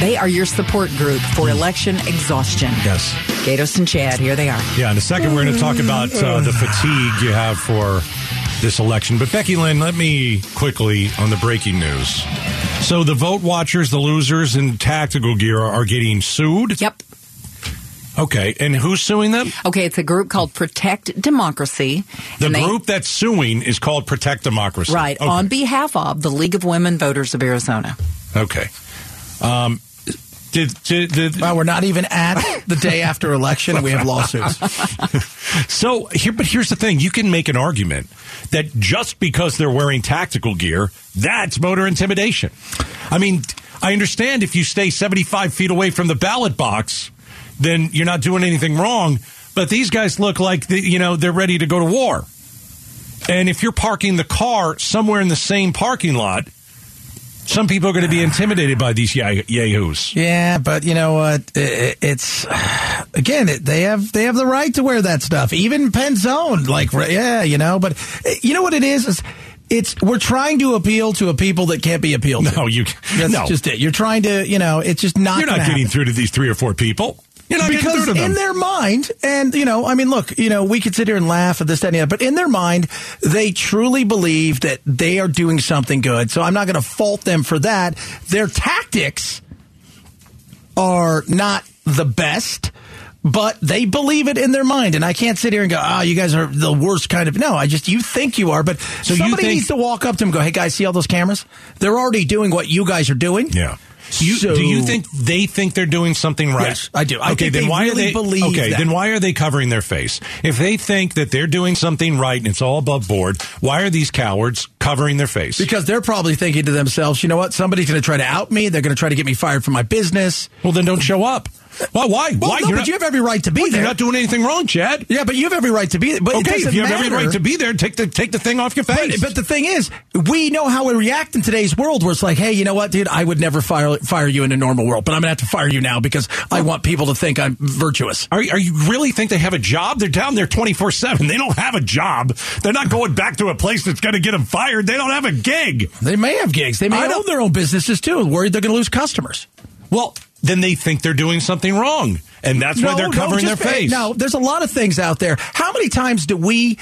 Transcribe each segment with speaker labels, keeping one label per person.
Speaker 1: They are your support group for election exhaustion.
Speaker 2: Yes.
Speaker 1: Gatos and Chad, here they are.
Speaker 2: Yeah, in a second, we're going to talk about uh, the fatigue you have for this election. But Becky Lynn, let me quickly on the breaking news. So the vote watchers, the losers in tactical gear are getting sued.
Speaker 1: Yep.
Speaker 2: Okay, and who's suing them?
Speaker 1: Okay, it's a group called Protect Democracy.
Speaker 2: The
Speaker 1: and they-
Speaker 2: group that's suing is called Protect Democracy.
Speaker 1: Right,
Speaker 2: Okay.
Speaker 1: on behalf of the League of Women Voters of Arizona.
Speaker 2: okay. Um, did, did, did,
Speaker 3: Wow, we're not even at the day after election and we have lawsuits.
Speaker 2: So here, but here's the thing: you can make an argument that just because they're wearing tactical gear, that's voter intimidation. I mean, I understand if you stay 75 feet away from the ballot box, then you're not doing anything wrong. But these guys look like the, you know they're ready to go to war. And if you're parking the car somewhere in the same parking lot, some people are going to be intimidated by these yah- yahoos.
Speaker 3: Yeah, but you know what? I- I- It's again, it- they have they have the right to wear that stuff, even Penzone. Like, re- yeah, you know. But uh, you know what it is? Is it's we're trying to appeal to a people that can't be appealed. to.
Speaker 2: No, you-
Speaker 3: That's
Speaker 2: no.
Speaker 3: just it. You're trying to, you know, it's just not.
Speaker 2: You're not
Speaker 3: gonna
Speaker 2: getting
Speaker 3: happen.
Speaker 2: through to these three or four people. You're not getting
Speaker 3: because
Speaker 2: through to them.
Speaker 3: in their mind, and you know, I mean, look, you know, we could sit here and laugh at this, that, and the other, but in their mind, they truly believe that they are doing something good. So I'm not going to fault them for that. Their tactics are not the best. But they believe it in their mind, and I can't sit here and go, "Ah, you guys are the worst kind of." No, I just you think you are, but
Speaker 2: you
Speaker 3: somebody
Speaker 2: think-
Speaker 3: needs to walk up to them, and go, "Hey guys, see all those cameras? They're already doing what you guys are doing."
Speaker 2: Yeah. Do you,
Speaker 3: So-
Speaker 2: do you think they think they're doing something right?
Speaker 3: Yes, I do. I
Speaker 2: okay,
Speaker 3: think
Speaker 2: then
Speaker 3: they
Speaker 2: why
Speaker 3: really
Speaker 2: are they
Speaker 3: believe
Speaker 2: okay?
Speaker 3: that.
Speaker 2: Then why are they covering their face? If they think that they're doing something right and it's all above board, why are these cowards covering their face?
Speaker 3: Because they're probably thinking to themselves, you know what? Somebody's going to try to out me. They're going to try to get me fired from my business.
Speaker 2: well, then don't show up. Why? Why?
Speaker 3: Well,
Speaker 2: why?
Speaker 3: no, but you have every right to be
Speaker 2: Well,
Speaker 3: there.
Speaker 2: You're not doing anything wrong, Chad.
Speaker 3: yeah, but you have every right to be. But it
Speaker 2: okay,
Speaker 3: doesn't
Speaker 2: if you have every
Speaker 3: matter.
Speaker 2: right to be there, take the take the thing off your face.
Speaker 3: But, but the thing is, we know how we react in today's world, where it's like, hey, you know what, dude? I would never fire fire you in a normal world, but I'm going to have to fire you now because I want people to think I'm virtuous.
Speaker 2: Are, are you really think they have a job? They're down there 24 7. They don't have a job. They're not going back to a place that's going to get them fired. They don't have a gig.
Speaker 3: They may have gigs. They may
Speaker 2: I
Speaker 3: own
Speaker 2: don't-
Speaker 3: their own businesses too. Worried they're going to lose customers.
Speaker 2: Well, then they think they're doing something wrong, and that's why they're covering
Speaker 3: just-
Speaker 2: their face.
Speaker 3: No, there's a lot of things out there. How many times do we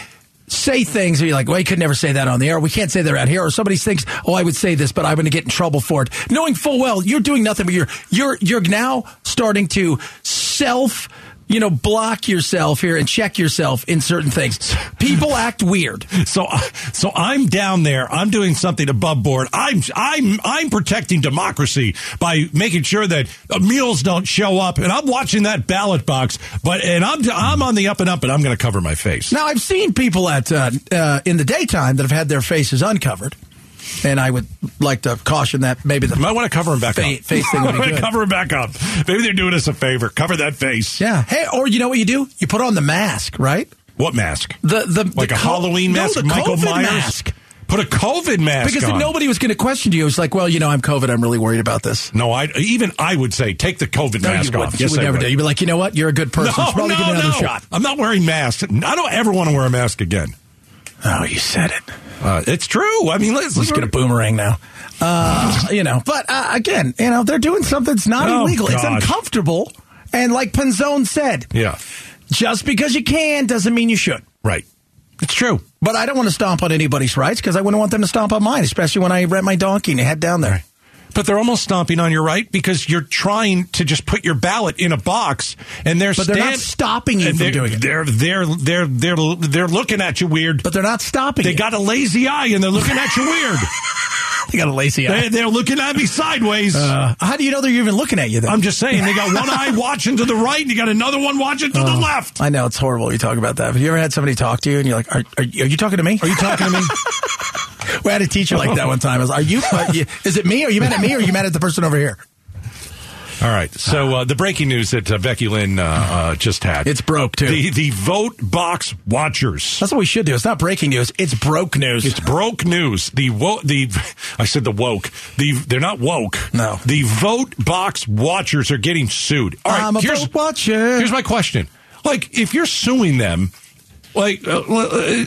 Speaker 3: say things and you're like, well, you could never say that on the air. We can't say that out here. Or somebody thinks, oh, I would say this, but I'm going to get in trouble for it. Knowing full well you're doing nothing, but you're you're you're now starting to self. You know, block yourself here and check yourself in certain things. People act weird.
Speaker 2: So, uh, so I'm down there. I'm doing something above board. I'm I'm I'm protecting democracy by making sure that uh, meals don't show up, and I'm watching that ballot box. But and I'm I'm on the up and up, and I'm going to cover my face.
Speaker 3: Now, I've seen people at uh, uh, in the daytime that have had their faces uncovered, and I would like to caution that maybe the
Speaker 2: You might want to cover them back
Speaker 3: Fa-
Speaker 2: up.
Speaker 3: face thing would be
Speaker 2: Might
Speaker 3: good.
Speaker 2: cover them back up. Maybe they're doing us a favor. Cover that face.
Speaker 3: Yeah. Hey, or you know what you do? You put on the mask, right?
Speaker 2: What mask?
Speaker 3: The the
Speaker 2: Like
Speaker 3: the
Speaker 2: a
Speaker 3: co-
Speaker 2: Halloween
Speaker 3: no,
Speaker 2: mask?
Speaker 3: the
Speaker 2: Michael
Speaker 3: COVID
Speaker 2: Myers
Speaker 3: mask.
Speaker 2: Put a COVID mask
Speaker 3: Because if
Speaker 2: on.
Speaker 3: nobody was going to question you, it's like, well, you know, I'm COVID. I'm really worried about this.
Speaker 2: No, I even I would say take the COVID
Speaker 3: No,
Speaker 2: mask
Speaker 3: you
Speaker 2: off.
Speaker 3: wouldn't. you would
Speaker 2: I
Speaker 3: never
Speaker 2: would.
Speaker 3: do. You'd be like, you know what? You're a good person.
Speaker 2: No,
Speaker 3: Should probably
Speaker 2: no,
Speaker 3: get another
Speaker 2: no.
Speaker 3: shot.
Speaker 2: I'm not wearing masks. I don't ever want to wear a mask again.
Speaker 3: Oh, you said it.
Speaker 2: Uh, it's true. I mean, let's,
Speaker 3: He's
Speaker 2: let's
Speaker 3: going to boomerang now. Uh, you know, but uh, again, you know, they're doing something that's not
Speaker 2: Oh,
Speaker 3: illegal. It's
Speaker 2: gosh.
Speaker 3: uncomfortable. And like Penzone said,
Speaker 2: Yeah,
Speaker 3: just because you can doesn't mean you should.
Speaker 2: right. It's true.
Speaker 3: But I don't want to stomp on anybody's rights because I wouldn't want them to stomp on mine, especially when I rent my donkey and head down there.
Speaker 2: But they're almost stomping on your right because you're trying to just put your ballot in a box, and they're
Speaker 3: But they're not
Speaker 2: stand-
Speaker 3: stopping you
Speaker 2: and
Speaker 3: from
Speaker 2: they're,
Speaker 3: doing it.
Speaker 2: They're they're they're they're they're looking at you weird.
Speaker 3: But they're not stopping.
Speaker 2: they
Speaker 3: you.
Speaker 2: got a lazy eye and they're looking at you weird.
Speaker 3: they got a lazy
Speaker 2: they, they're looking at me sideways.
Speaker 3: Uh, how do you know they're even looking at you? Though
Speaker 2: I'm just saying they got one eye watching to the right, and you got another one watching to
Speaker 3: Uh.
Speaker 2: the left.
Speaker 3: I know it's horrible. You talk about that. Have you ever had somebody talk to you and you're like, "Are, are, you- are you talking to me?"
Speaker 2: Are you talking to me?
Speaker 3: we had a teacher like that one time. I was, "Are you? Are you is it me? Are you mad at me? Or are you mad at the person over here?"
Speaker 2: All right. So uh, the breaking news that uh, Becky Lynn uh, uh, just had.
Speaker 3: It's broke too.
Speaker 2: the the vote box watchers.
Speaker 3: That's what we should do. It's not breaking news. It's broke news.
Speaker 2: It's broke news. The wo- the I said the woke. The they're not woke.
Speaker 3: No.
Speaker 2: The vote box watchers are getting sued. All right,
Speaker 3: I'm a
Speaker 2: here's,
Speaker 3: vote watcher.
Speaker 2: Here's my question. Like if you're suing them, like uh, uh,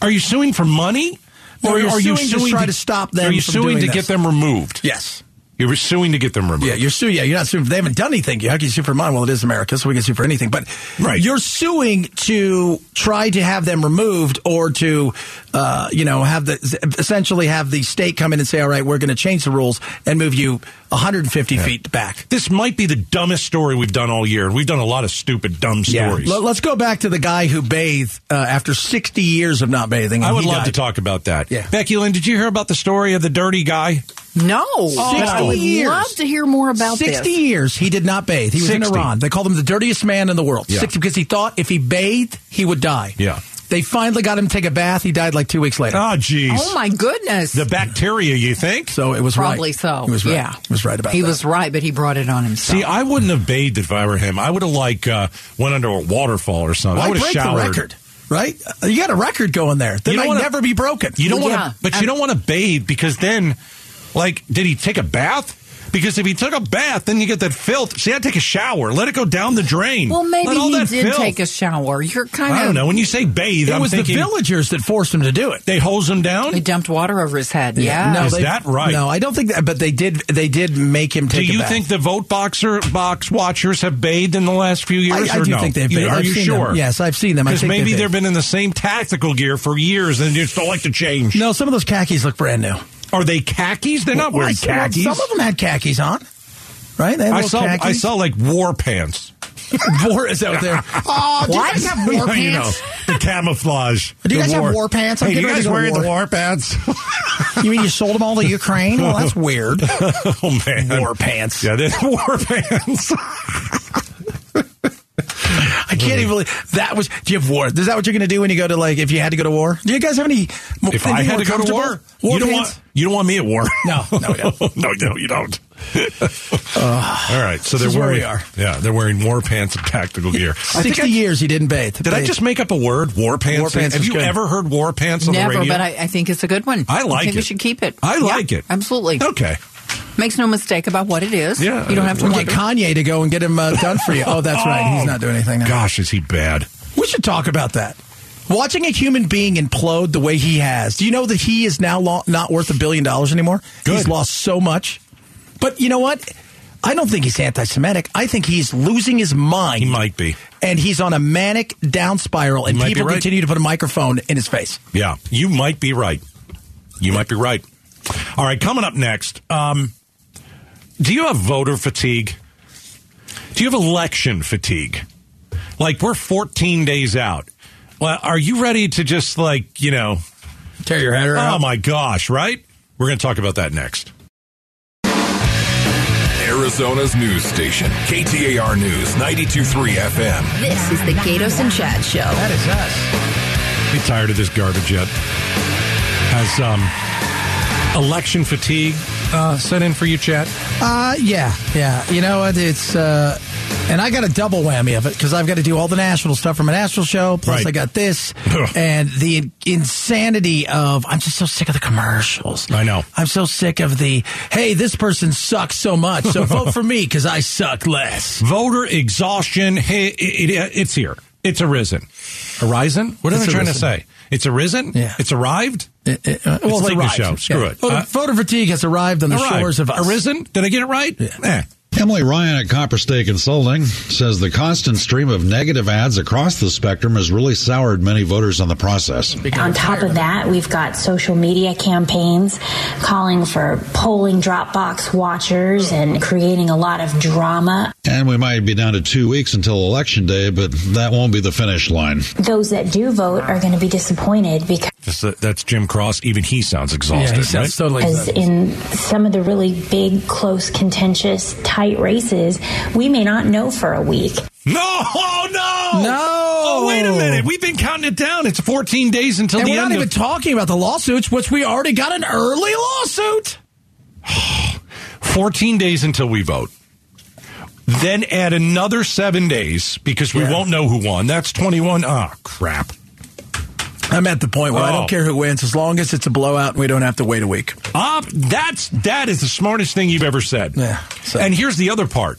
Speaker 2: are you suing for money
Speaker 3: No, you're suing to try to stop them
Speaker 2: Are you
Speaker 3: from
Speaker 2: suing
Speaker 3: doing
Speaker 2: to
Speaker 3: this.
Speaker 2: get them removed?
Speaker 3: yes.
Speaker 2: You were suing to get them removed.
Speaker 3: Yeah, you're suing. Yeah, you're not suing. They haven't done anything. Yeah, I can sue for mine. Well, it is America, so we can sue for anything. But
Speaker 2: Right.
Speaker 3: you're suing to try to have them removed, or to, uh, you know, have the essentially have the state come in and say, "All right, we're going to change the rules and move you 150 feet back."
Speaker 2: This might be the dumbest story we've done all year. We've done a lot of stupid, dumb stories.
Speaker 3: Let- Let's go back to the guy who bathed uh, after 60 years of not bathing. and
Speaker 2: I would
Speaker 3: he
Speaker 2: love to
Speaker 3: died.
Speaker 2: talk about that.
Speaker 3: Yeah.
Speaker 2: Becky Lynn, did you hear about the story of the dirty guy?
Speaker 1: No. but I
Speaker 3: 60
Speaker 1: would
Speaker 3: years.
Speaker 1: love to hear more about
Speaker 3: 60
Speaker 1: this.
Speaker 3: years he did not bathe. He was in
Speaker 2: 60.
Speaker 3: Iran. They called him the dirtiest man in the world.
Speaker 2: Yeah.
Speaker 3: 60 because he thought if he bathed, he would die.
Speaker 2: Yeah.
Speaker 3: They finally got him to take a bath. He died like two weeks later.
Speaker 2: Oh, jeez.
Speaker 1: Oh, my goodness.
Speaker 2: The bacteria, you think?
Speaker 3: so it was
Speaker 1: Probably
Speaker 3: right.
Speaker 1: so.
Speaker 3: He was right.
Speaker 1: Yeah.
Speaker 3: He was right about
Speaker 1: He
Speaker 3: that.
Speaker 1: was right, but he brought it on himself.
Speaker 2: See, I wouldn't have bathed if I were him. I would have like uh, went under a waterfall or something.
Speaker 3: Why
Speaker 2: I would have
Speaker 3: break
Speaker 2: showered.
Speaker 3: the record? Right? You got a record going there that
Speaker 2: You don't
Speaker 3: might
Speaker 2: wanna-
Speaker 3: never be broken.
Speaker 2: You don't
Speaker 1: Well,
Speaker 2: want to,
Speaker 1: yeah.
Speaker 2: but you
Speaker 1: And-
Speaker 2: don't want to bathe because then, like, did he take a bath? Because if he took a bath, then you get that filth. See, I take a shower, let it go down the drain.
Speaker 1: well, maybe
Speaker 2: Let all
Speaker 1: he
Speaker 2: that
Speaker 1: did
Speaker 2: filth-
Speaker 1: take a shower. You're kind of.
Speaker 2: I don't know. When you say bathe,
Speaker 3: It
Speaker 2: I'm
Speaker 3: was
Speaker 2: thinking
Speaker 3: the villagers that forced him to do it.
Speaker 2: they hose him down.
Speaker 1: They dumped water over his head. Yeah.
Speaker 3: No,
Speaker 2: Is
Speaker 3: they-
Speaker 2: that right?
Speaker 3: No, I don't think that. But they did. They did make him
Speaker 2: Do
Speaker 3: take. a
Speaker 2: you
Speaker 3: bath.
Speaker 2: think the vote boxer box watchers have bathed in the last few years?
Speaker 3: I, I
Speaker 2: or
Speaker 3: do
Speaker 2: no?
Speaker 3: think they've.
Speaker 2: You-
Speaker 3: bathed.
Speaker 2: Are
Speaker 3: I've
Speaker 2: you
Speaker 3: seen
Speaker 2: sure?
Speaker 3: Them. Yes, I've seen them. I
Speaker 2: Because
Speaker 3: think they
Speaker 2: maybe
Speaker 3: bathed.
Speaker 2: they've been in the same tactical gear for years, and you just don't like to change.
Speaker 3: No, some of those khakis look brand new.
Speaker 2: Are they khakis? They're not
Speaker 3: Well, I
Speaker 2: wearing
Speaker 3: see them.
Speaker 2: khakis.
Speaker 3: Some of them had khakis on. Right? They had
Speaker 2: I
Speaker 3: little
Speaker 2: saw.
Speaker 3: khakis.
Speaker 2: I saw like war pants.
Speaker 3: war is out there. Oh, do
Speaker 1: What?
Speaker 3: you guys have war
Speaker 2: You know,
Speaker 3: pants?
Speaker 2: the camouflage.
Speaker 3: Do you
Speaker 2: the
Speaker 3: guys have war pants? I'm
Speaker 2: Hey,
Speaker 3: getting
Speaker 2: you guys
Speaker 3: ready
Speaker 2: wearing
Speaker 3: to go to
Speaker 2: the
Speaker 3: war.
Speaker 2: war pants?
Speaker 3: You mean you sold them all to Ukraine? Well, that's weird.
Speaker 2: oh man,
Speaker 3: War pants.
Speaker 2: Yeah, they're war pants.
Speaker 3: I can't even believe that was. Do you have war? Is that what you're going to do when you go to like if you had to go to war? Do you guys have any? more-
Speaker 2: if
Speaker 3: anything
Speaker 2: I had
Speaker 3: more
Speaker 2: to go to
Speaker 3: comfortable?
Speaker 2: war,
Speaker 3: war
Speaker 2: you don't
Speaker 3: pants?
Speaker 2: want you don't want me at war.
Speaker 3: No, no, we don't. Uh,
Speaker 2: no, no, you don't. All right, so
Speaker 3: this
Speaker 2: they're
Speaker 3: is where
Speaker 2: wearing.
Speaker 3: we are.
Speaker 2: Yeah, they're wearing war pants and tactical gear. I think
Speaker 3: Sixty
Speaker 2: I-
Speaker 3: years he didn't bathe.
Speaker 2: did I just make up a word? War pants.
Speaker 3: War pants
Speaker 2: Have
Speaker 3: is
Speaker 2: you
Speaker 3: good.
Speaker 2: ever heard war pants on the
Speaker 1: Never,
Speaker 2: radio?
Speaker 1: but I, I think it's a good one.
Speaker 2: I like
Speaker 1: I think
Speaker 2: it.
Speaker 1: we should keep it.
Speaker 2: I
Speaker 1: Yeah,
Speaker 2: like it.
Speaker 1: Absolutely.
Speaker 2: Okay.
Speaker 1: Makes no mistake about what it is.
Speaker 2: Yeah,
Speaker 1: You don't have to
Speaker 3: We'll get
Speaker 1: wonder.
Speaker 3: Kanye to go and get him uh, done for you. Oh, that's right. He's
Speaker 2: Oh,
Speaker 3: not doing anything. Now.
Speaker 2: Gosh, is he bad?
Speaker 3: We should talk about that. Watching a human being implode the way he has. Do you know that he is now lo- not worth a billion dollars anymore?
Speaker 2: Good.
Speaker 3: He's lost so much. But you know what? I don't think he's anti Semitic. I think he's losing his mind.
Speaker 2: He might be.
Speaker 3: And he's on a manic down spiral, and
Speaker 2: might be
Speaker 3: people
Speaker 2: right.
Speaker 3: continue to put a microphone in his face.
Speaker 2: Yeah, you might be right. You might be right. All right, coming up next. Um, do you have voter fatigue? Do you have election fatigue? Like we're 14 days out. Well, are you ready to just like you know?
Speaker 3: Tear your head
Speaker 2: Oh my gosh! Right? We're going to talk about that next.
Speaker 4: Arizona's news station, KTAR News 923 FM.
Speaker 5: This is the Gatos and Chad Show.
Speaker 3: That is us.
Speaker 2: Be tired of this garbage yet? Has um, election fatigue uh, set in for you, Chet?
Speaker 3: Uh, yeah, yeah. You know what? It's. Uh, and I got a double whammy of it because I've got to do all the national stuff from a national show. Plus,
Speaker 2: Right.
Speaker 3: I got this
Speaker 2: Ugh.
Speaker 3: and the insanity of I'm just so sick of the commercials.
Speaker 2: I know.
Speaker 3: I'm so sick of the hey, this person sucks so much, so vote for me because I suck less.
Speaker 2: Voter exhaustion. Hey, it, it, it's here. It's arisen. Horizon? What am I
Speaker 3: It's
Speaker 2: trying to
Speaker 3: arisen.
Speaker 2: say? It's arisen?
Speaker 3: Yeah.
Speaker 2: It's arrived?
Speaker 3: It- it- uh,
Speaker 2: It's late in the
Speaker 3: arrived.
Speaker 2: show. Screw it.
Speaker 3: Voter,
Speaker 2: Uh,
Speaker 3: voter fatigue has arrived on the
Speaker 2: Arrived.
Speaker 3: shores of us.
Speaker 2: Arisen? Did I get it right? Eh.
Speaker 6: Emily Ryan at Copper State Consulting says the constant stream of negative ads across the spectrum has really soured many voters on the process.
Speaker 7: On top of that, we've got social media campaigns calling for polling Dropbox watchers and creating a lot of drama.
Speaker 6: And we might be down to two weeks until Election Day, but that won't be the finish line.
Speaker 7: Those that do vote are going to be disappointed because.
Speaker 2: That's, uh, that's Jim Cross. Even he sounds
Speaker 3: Yeah,
Speaker 2: exhausted.
Speaker 3: he sounds
Speaker 2: right?
Speaker 3: totally.
Speaker 7: Because in some of the really big, close, contentious, tight races, we may not know for a week.
Speaker 2: no! Oh, no!
Speaker 3: No!
Speaker 2: Oh, wait a minute. We've been counting it down. It's 14 days until
Speaker 3: And
Speaker 2: the
Speaker 3: we're
Speaker 2: end
Speaker 3: not even
Speaker 2: of-
Speaker 3: talking about the lawsuits, which we already got an early lawsuit.
Speaker 2: 14 days until we vote. Then add another seven days because we
Speaker 3: Yeah.
Speaker 2: won't know who won. That's 21. Ah, crap.
Speaker 3: I'm at the point where I
Speaker 2: Oh.
Speaker 3: don't care who wins as long as it's a blowout and we don't have to wait a week.
Speaker 2: Ah, Up, that's that is the smartest thing you've ever said.
Speaker 3: Yeah, so-
Speaker 2: And here's the other part.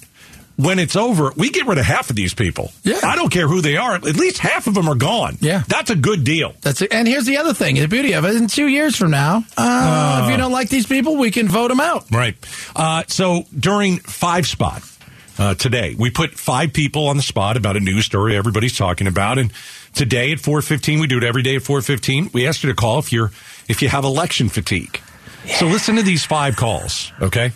Speaker 2: when it's over, we get rid of half of these people.
Speaker 3: Yeah.
Speaker 2: I don't care who they are. At least half of them are gone.
Speaker 3: Yeah.
Speaker 2: That's a good deal.
Speaker 3: That's it. And here's the other thing: the beauty of it. In two years from now, uh, if you don't like these people, we can vote them out.
Speaker 2: Right. Uh, so during Five Spot uh, today, we put five people on the spot about a news story everybody's talking about, and today at four fifteen, we do it every day at four fifteen. We ask you to call if you're if you have election fatigue. So listen to these five calls, okay?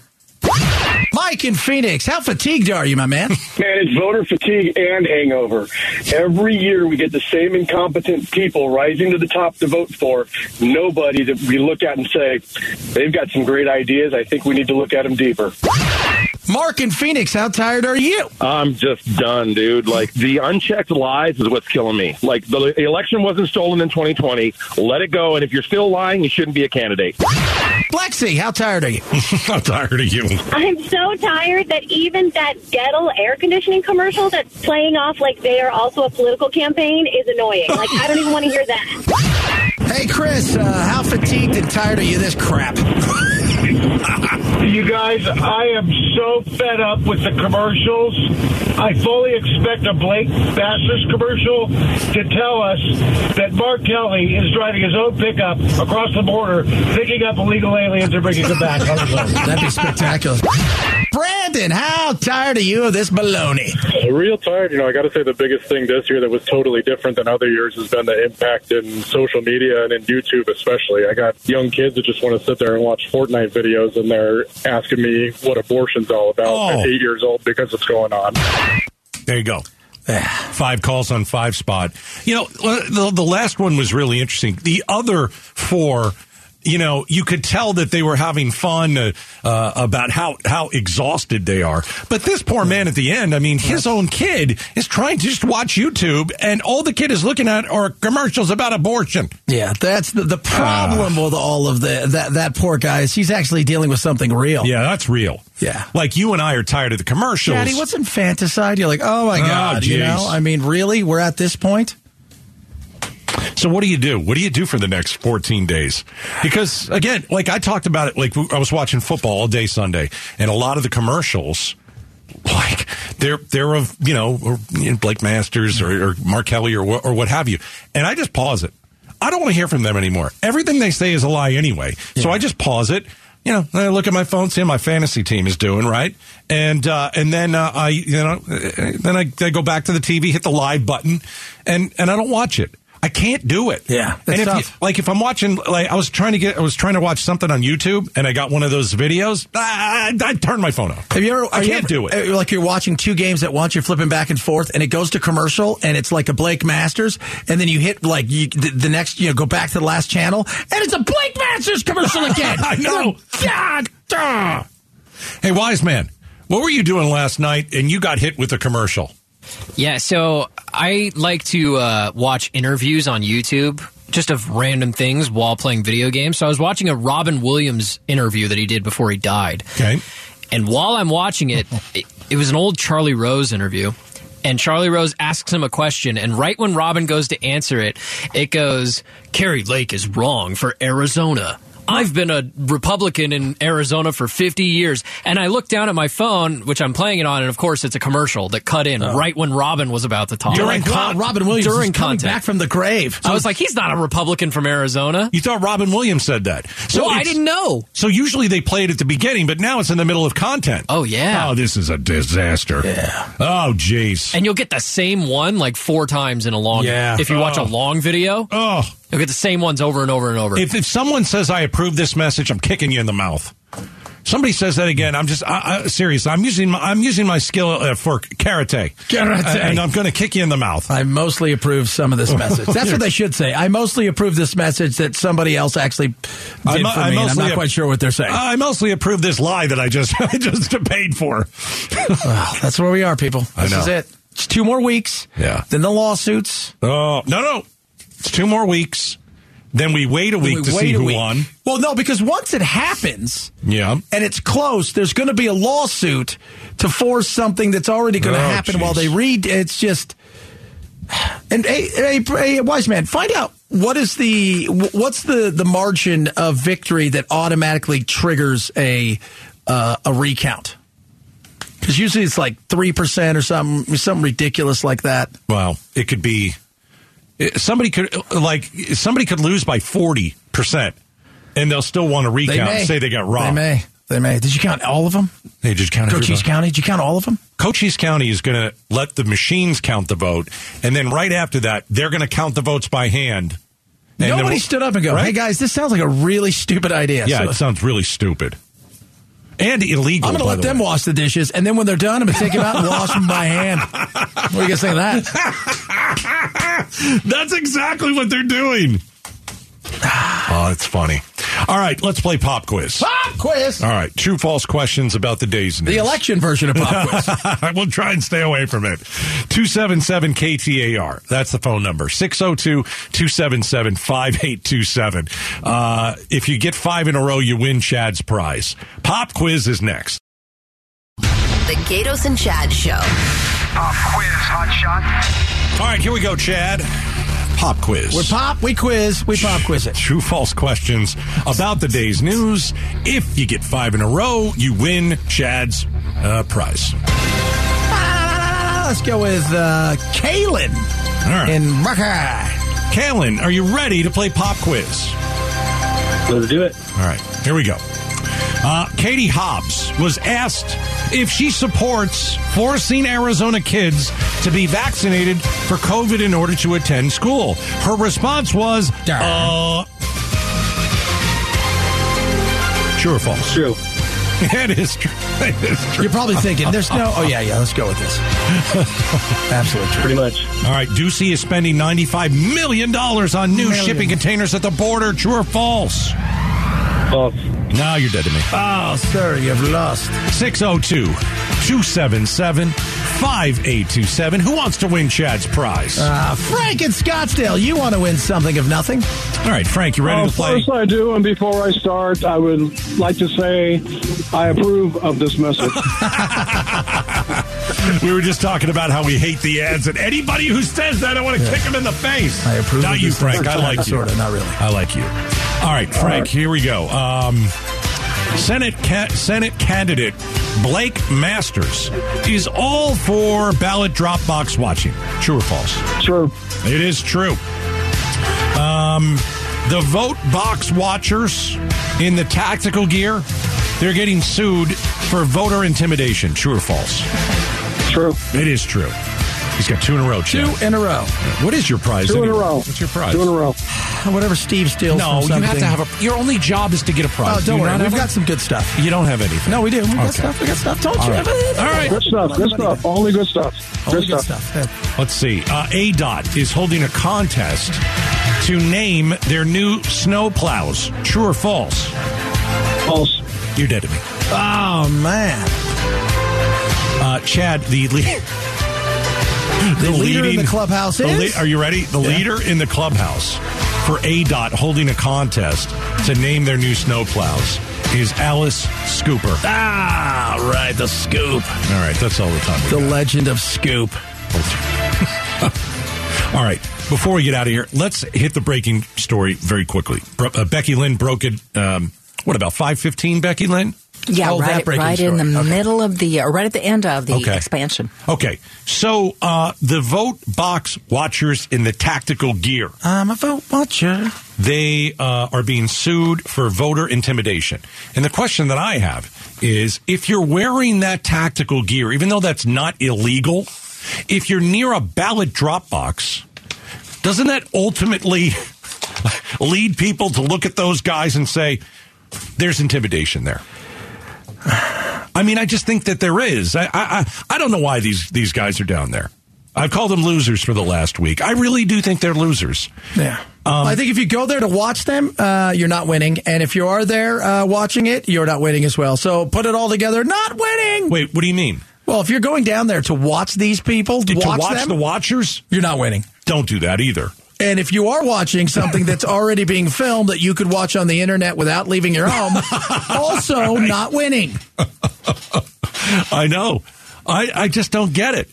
Speaker 3: Mike in Phoenix, how fatigued are you, my man?
Speaker 8: Man, it's voter fatigue and hangover. Every year we get the same incompetent people rising to the top to vote for nobody that we look at and say, they've got some great ideas. I think we need to look at them deeper.
Speaker 3: Mark in Phoenix, how tired are you?
Speaker 8: I'm just done, dude. Like, the unchecked lies is what's killing me. Like, the election wasn't stolen in 2020. Let it go. And if you're still lying, you shouldn't be a candidate.
Speaker 3: Blexi, how tired are you?
Speaker 2: I'm tired of you.
Speaker 9: I'm so tired that even that Gettle air conditioning commercial that's playing off like they are also a political campaign is annoying. Like, I don't even want to hear that.
Speaker 3: Hey, Chris, uh, how fatigued and tired are you? This crap.
Speaker 10: You guys, I am so fed up with the commercials. I fully expect a Blake Masters commercial to tell us that Mark Kelly is driving his own pickup across the border, picking up illegal aliens and bringing them back on his own.
Speaker 3: That'd be spectacular. Brandon, how tired are you of this baloney?
Speaker 8: Real tired. You know, I got to say the biggest thing this year that was totally different than other years has been the impact in social media and in YouTube, especially. I got young kids that just want to sit there and watch Fortnite videos, and they're asking me what abortion's all about
Speaker 2: Oh.
Speaker 8: at eight years old because it's going on.
Speaker 2: There you go. Five calls on five spot. You know, the, the last one was really interesting. The other four, you know, you could tell that they were having fun uh, uh, about how, how exhausted they are. But this poor man at the end, I mean, his own kid is trying to just watch YouTube, and all the kid is looking at are commercials about abortion.
Speaker 3: Yeah, that's the, the
Speaker 2: Ah.
Speaker 3: problem with all of the that that poor guy is he's actually dealing with something real.
Speaker 2: Yeah, that's real.
Speaker 3: Oh. Yeah.
Speaker 2: Like you and I are tired of the commercials.
Speaker 3: Daddy, what's infanticide? You're like, oh my god, you
Speaker 2: Ah, jeez.
Speaker 3: know? I mean, really, we're at this point.
Speaker 2: So what do you do? What do you do for the next 14 days? Because again, like I talked about it, like I was watching football all day Sunday and a lot of the commercials, like they're, they're of, you know, or, you know, Blake Masters or, or Mark Kelly or, wha- or what have you. And I just pause it. I don't want to hear from them anymore. Everything they say is a lie anyway. So I just pause it. You know, I look at my phone, see how my fantasy team is doing, right? And uh, and then uh, I, you know, uh, then I, I go back to the TV, hit the live button, and and I don't watch it. I can't do it.
Speaker 3: Yeah,
Speaker 2: and
Speaker 3: that's
Speaker 2: if you-
Speaker 3: tough.
Speaker 2: like if I'm watching, like I was trying to get, I was trying to watch something on YouTube, and I got one of those videos. I, I, I turned my phone off.
Speaker 3: Have you ever?
Speaker 2: I
Speaker 3: are you
Speaker 2: can't
Speaker 3: ever-
Speaker 2: do it.
Speaker 3: uh, Like you're watching two games at once, you're flipping back and forth, and it goes to commercial, and it's like a Blake Masters, and then you hit like you, the, the next, you know, go back to the last channel, and it's a Blake Masters commercial again.
Speaker 2: I know.
Speaker 3: God. duh.
Speaker 2: Hey, wise man, what were you doing last night? And you got hit with a commercial.
Speaker 11: Yeah, so I like to uh, watch interviews on YouTube just of random things while playing video games. So I was watching a Robin Williams interview that he did before he died.
Speaker 2: Okay.
Speaker 11: And while I'm watching it, it, it was an old Charlie Rose interview. And Charlie Rose asks him a question, and right when Robin goes to answer it, it goes, Carrie Lake is wrong for Arizona. I've been a Republican in Arizona for 50 years. And I look down at my phone, which I'm playing it on, and of course it's a commercial that cut in right when Robin was about to talk.
Speaker 2: During
Speaker 11: Like,
Speaker 2: con-
Speaker 3: Wow, Robin Williams
Speaker 11: During
Speaker 3: is coming
Speaker 11: content.
Speaker 3: back from the grave.
Speaker 11: I was like, he's not a Republican from Arizona.
Speaker 2: You thought Robin Williams said that? So
Speaker 11: Well, I
Speaker 2: it's-
Speaker 11: didn't know.
Speaker 2: So usually they play it at the beginning, but now it's in the middle of content.
Speaker 11: Oh, yeah.
Speaker 2: Oh, this is a disaster. Yeah. Oh, jeez.
Speaker 11: And you'll get the same one like four times in a long
Speaker 2: Yeah.
Speaker 11: If you watch
Speaker 2: Oh.
Speaker 11: a long video,
Speaker 2: Oh,
Speaker 11: you'll get the same ones over and over and over.
Speaker 2: if, if someone says I approve this message, I'm kicking you in the mouth. Somebody says that again. I'm just I, I, serious. I'm using my, I'm using my skill uh, for karate,
Speaker 3: Karate.
Speaker 2: A- and I'm going to kick you in the mouth.
Speaker 3: I mostly approve some of this message. That's what they should say. I mostly approve this message that somebody else actually did
Speaker 2: I'm,
Speaker 3: for me. and I'm not quite sure what they're saying.
Speaker 2: I mostly approve this lie that I just I just paid for.
Speaker 3: Wow, that's where we are, people. This
Speaker 2: I know.
Speaker 3: is it. It's two more weeks.
Speaker 2: Yeah.
Speaker 3: Then the lawsuits.
Speaker 2: Oh no no! It's two more weeks. Then we wait a week
Speaker 3: We
Speaker 2: to
Speaker 3: wait
Speaker 2: see
Speaker 3: a
Speaker 2: who
Speaker 3: week.
Speaker 2: won.
Speaker 3: Well, no, because once it happens
Speaker 2: Yeah.
Speaker 3: and it's close, there's going to be a lawsuit to force something that's already going to
Speaker 2: Oh,
Speaker 3: happen
Speaker 2: jeez.
Speaker 3: while they read. It's just. And hey, hey, hey, wise man, find out what is the what's the the margin of victory that automatically triggers a uh, a recount. Because because usually it's like three percent or something, something ridiculous like that.
Speaker 2: Well, it could be it- somebody could like somebody could lose by forty percent, and they'll still want to recount
Speaker 3: may.
Speaker 2: and say they got robbed.
Speaker 3: They may. They may. Did you count all of them?
Speaker 2: They just count
Speaker 3: Cochise
Speaker 2: everybody.
Speaker 3: County. Did you count all of them?
Speaker 2: Cochise County is going to let the machines count the vote, and then right after that, they're going to count the votes by hand. And then
Speaker 3: Nobody
Speaker 2: we'll-
Speaker 3: stood up and go,
Speaker 2: Right?
Speaker 3: "Hey guys, this sounds like a really stupid idea."
Speaker 2: Yeah,
Speaker 3: So-
Speaker 2: it sounds really stupid and illegal.
Speaker 3: I'm going to
Speaker 2: by
Speaker 3: let
Speaker 2: the
Speaker 3: them
Speaker 2: way.
Speaker 3: wash the dishes, and then when they're done, I'm going to take them out and wash them by hand. What do you guys think of that?
Speaker 2: That's exactly what they're doing. oh, it's funny. All right, let's play pop quiz.
Speaker 3: Pop quiz.
Speaker 2: All right, true false questions about the day's news.
Speaker 3: The election version of pop quiz.
Speaker 2: we'll try and stay away from it. 277 KTAR. That's the phone number. 602 277 5827. Uh, If you get five in a row, you win Chad's prize. Pop quiz is next.
Speaker 5: The Gatos and Chad Show.
Speaker 12: Pop quiz, hot shot.
Speaker 2: All right, here we go, Chad. Pop quiz.
Speaker 3: We pop, we quiz, we pop quiz it.
Speaker 2: True false questions about the day's news. If you get five in a row, you win Chad's uh, prize.
Speaker 3: Ah, Let's go with uh, Kalen
Speaker 2: All right.
Speaker 3: in Rockeye.
Speaker 2: Kalen, are you ready to play pop quiz?
Speaker 10: Let's do it.
Speaker 2: All right, here we go. Uh, Katie Hobbs was asked if she supports forcing Arizona kids to be vaccinated for COVID in order to attend school. Her response was, uh, true or false?
Speaker 10: True.
Speaker 2: It is true. It is true.
Speaker 3: You're probably thinking, there's no. Oh, yeah, yeah, let's go with this. Absolutely true.
Speaker 10: Pretty much.
Speaker 2: All right, Ducey is spending $95 million on new
Speaker 3: Million.
Speaker 2: shipping containers at the border. True or false?
Speaker 10: False.
Speaker 2: Now you're dead to me.
Speaker 10: Uh,
Speaker 3: Oh, sir, you've lost.
Speaker 2: 602 277 5827. Who wants to win Chad's prize?
Speaker 3: Uh, Frank in Scottsdale, you want to win something of nothing?
Speaker 2: All right, Frank, you ready
Speaker 10: Well,
Speaker 2: to play?
Speaker 10: first I do, and before I start, I would like to say I approve of this message.
Speaker 2: We were just talking about how we hate the ads, and anybody who says that, I want to kick him in the face.
Speaker 3: I approve.
Speaker 2: Not
Speaker 3: of
Speaker 2: you,
Speaker 3: this
Speaker 2: Frank. I
Speaker 3: message.
Speaker 2: like you.
Speaker 3: Sort of, not really.
Speaker 2: I like you. All right, Frank, here we go. Um, Senate ca- Senate candidate Blake Masters is all for ballot drop box watching. True or false?
Speaker 10: True.
Speaker 2: It is true. Um, the vote box watchers in the tactical gear, they're getting sued for voter intimidation. True or false?
Speaker 10: True.
Speaker 2: It is true. He's got two in a row,
Speaker 3: Two
Speaker 2: Chad.
Speaker 3: in a row.
Speaker 2: What is your prize?
Speaker 10: Two in a
Speaker 2: anyway?
Speaker 10: row.
Speaker 2: What's your prize?
Speaker 10: Two in a row.
Speaker 3: Whatever Steve steals.
Speaker 2: No,
Speaker 3: from
Speaker 2: you have
Speaker 3: something.
Speaker 2: to have a. Your only job is to get a prize.
Speaker 3: Oh, don't
Speaker 2: Do you
Speaker 3: worry.
Speaker 2: not
Speaker 3: We've
Speaker 2: have
Speaker 3: got
Speaker 2: one?
Speaker 3: some good stuff.
Speaker 2: You don't have anything.
Speaker 3: No, we do. We got
Speaker 2: Okay.
Speaker 3: stuff. We got stuff. Don't you?
Speaker 2: All right.
Speaker 3: All
Speaker 2: right.
Speaker 10: Good stuff. Good stuff. Only good stuff.
Speaker 3: Only
Speaker 10: Good
Speaker 3: good
Speaker 10: stuff.
Speaker 3: stuff. Yeah.
Speaker 2: Let's see. Uh, ADOT is holding a contest to name their new snow plows. True or false?
Speaker 10: False.
Speaker 2: You're dead to me.
Speaker 3: Oh man,
Speaker 2: Uh, Chad, the leader.
Speaker 3: the leader in the clubhouse
Speaker 2: The
Speaker 3: is.
Speaker 2: le- are you ready? The
Speaker 3: Yeah.
Speaker 2: leader in the clubhouse for ADOT holding a contest to name their new snowplows is Alice Scooper. Ah, right, the scoop. All right, that's all the time. we
Speaker 3: the
Speaker 2: got.
Speaker 3: legend of Scoop.
Speaker 2: all right, before we get out of here, let's hit the breaking story very quickly. Bro- uh, Becky Lynn broke it. Um, what about five fifteen? Becky Lynn.
Speaker 1: Yeah,
Speaker 3: Oh, that
Speaker 1: right,
Speaker 3: breaking
Speaker 1: right in
Speaker 3: story.
Speaker 1: the
Speaker 3: Okay.
Speaker 1: middle of the, uh, right at the end of the
Speaker 2: Okay.
Speaker 1: expansion.
Speaker 2: Okay, so uh, the vote box watchers in the tactical gear.
Speaker 3: I'm a vote watcher.
Speaker 2: they uh, are being sued for voter intimidation. And the question that I have is if you're wearing that tactical gear, even though that's not illegal, if you're near a ballot drop box, doesn't that ultimately lead people to look at those guys and say, there's intimidation there? I mean, I just think that there is. I, I, I- I don't know why these, these guys are down there. I've called them losers for the last week. I really do think they're losers.
Speaker 3: Yeah.
Speaker 2: Um,
Speaker 3: I think if you go there to watch them, uh, you're not winning, and if you are there uh, watching it, you're not winning as well. So put it all together, not winning.
Speaker 2: Wait, what do you mean?
Speaker 3: Well, if you're going down there to watch these people,
Speaker 2: Did
Speaker 3: watch,
Speaker 2: to watch
Speaker 3: them,
Speaker 2: the watchers?
Speaker 3: you're not winning.
Speaker 2: Don't do that either.
Speaker 3: And if you are watching something that's already being filmed that you could watch on the internet without leaving your home, also not winning.
Speaker 2: I know. I, I just don't get it.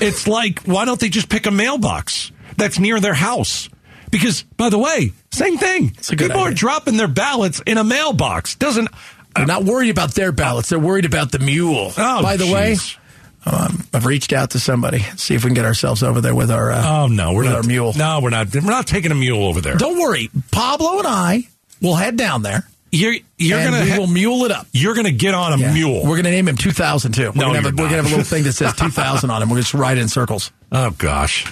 Speaker 2: It's like, why don't they just pick a mailbox that's near their house? Because, by the way, same thing.
Speaker 3: a good
Speaker 2: People are
Speaker 3: idea.
Speaker 2: dropping their ballots in a mailbox. Doesn't.
Speaker 3: They're not worried about their ballots. They're worried about the mule.
Speaker 2: Oh,
Speaker 3: By the way,
Speaker 2: jeez.
Speaker 3: Um, I've reached out to somebody. See if we can get ourselves over there with our. Uh,
Speaker 2: oh no, we're
Speaker 3: with
Speaker 2: not
Speaker 3: our mule.
Speaker 2: No, we're not. We're not taking a mule over there.
Speaker 3: Don't worry, Pablo and I will head down there.
Speaker 2: You're you're
Speaker 3: and
Speaker 2: gonna
Speaker 3: we
Speaker 2: ha-
Speaker 3: will mule it up.
Speaker 2: You're gonna get on a
Speaker 3: Yeah.
Speaker 2: mule.
Speaker 3: We're gonna name him two thousand too. We're
Speaker 2: No,
Speaker 3: gonna have a,
Speaker 2: you're
Speaker 3: we're gonna have a
Speaker 2: not.
Speaker 3: little thing that says two thousand on him. We're gonna just ride in circles.
Speaker 2: Oh gosh.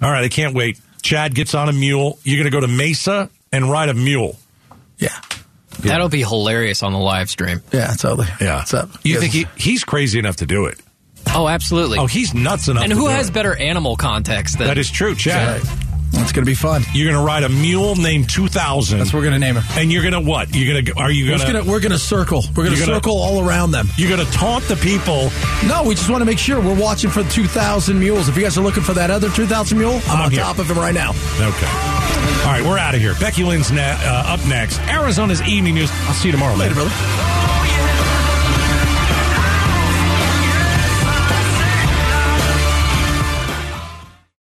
Speaker 2: All right, I can't wait. Chad gets on a mule. You're going to go to Mesa and ride a mule.
Speaker 3: Yeah.
Speaker 11: That'll be hilarious on the live stream.
Speaker 3: Yeah, totally.
Speaker 2: Yeah.
Speaker 3: What's up?
Speaker 2: You think he, he's crazy enough to do it?
Speaker 11: Oh, absolutely.
Speaker 2: Oh, he's nuts enough.
Speaker 11: and
Speaker 2: to
Speaker 11: who
Speaker 2: do
Speaker 11: has
Speaker 2: it.
Speaker 11: better animal context than
Speaker 2: That is true, Chad.
Speaker 3: That's gonna be fun.
Speaker 2: You're going to ride a mule named 2000.
Speaker 3: That's what we're gonna name him.
Speaker 2: and you're going to what? You're going to are you going
Speaker 3: We're just gonna
Speaker 2: to
Speaker 3: we're gonna circle. We're gonna
Speaker 2: You're gonna-
Speaker 3: circle all around them.
Speaker 2: you're going to taunt the people?
Speaker 3: No, we just want to make sure we're watching for the two thousand mules. If you guys are looking for that other two thousand mule, I'm,
Speaker 2: I'm
Speaker 3: on
Speaker 2: here.
Speaker 3: top of him right now.
Speaker 2: Okay. All right, we're out of here. Becky Lynn's ne- uh, up next. Arizona's evening news. I'll see you tomorrow.
Speaker 3: Later, brother.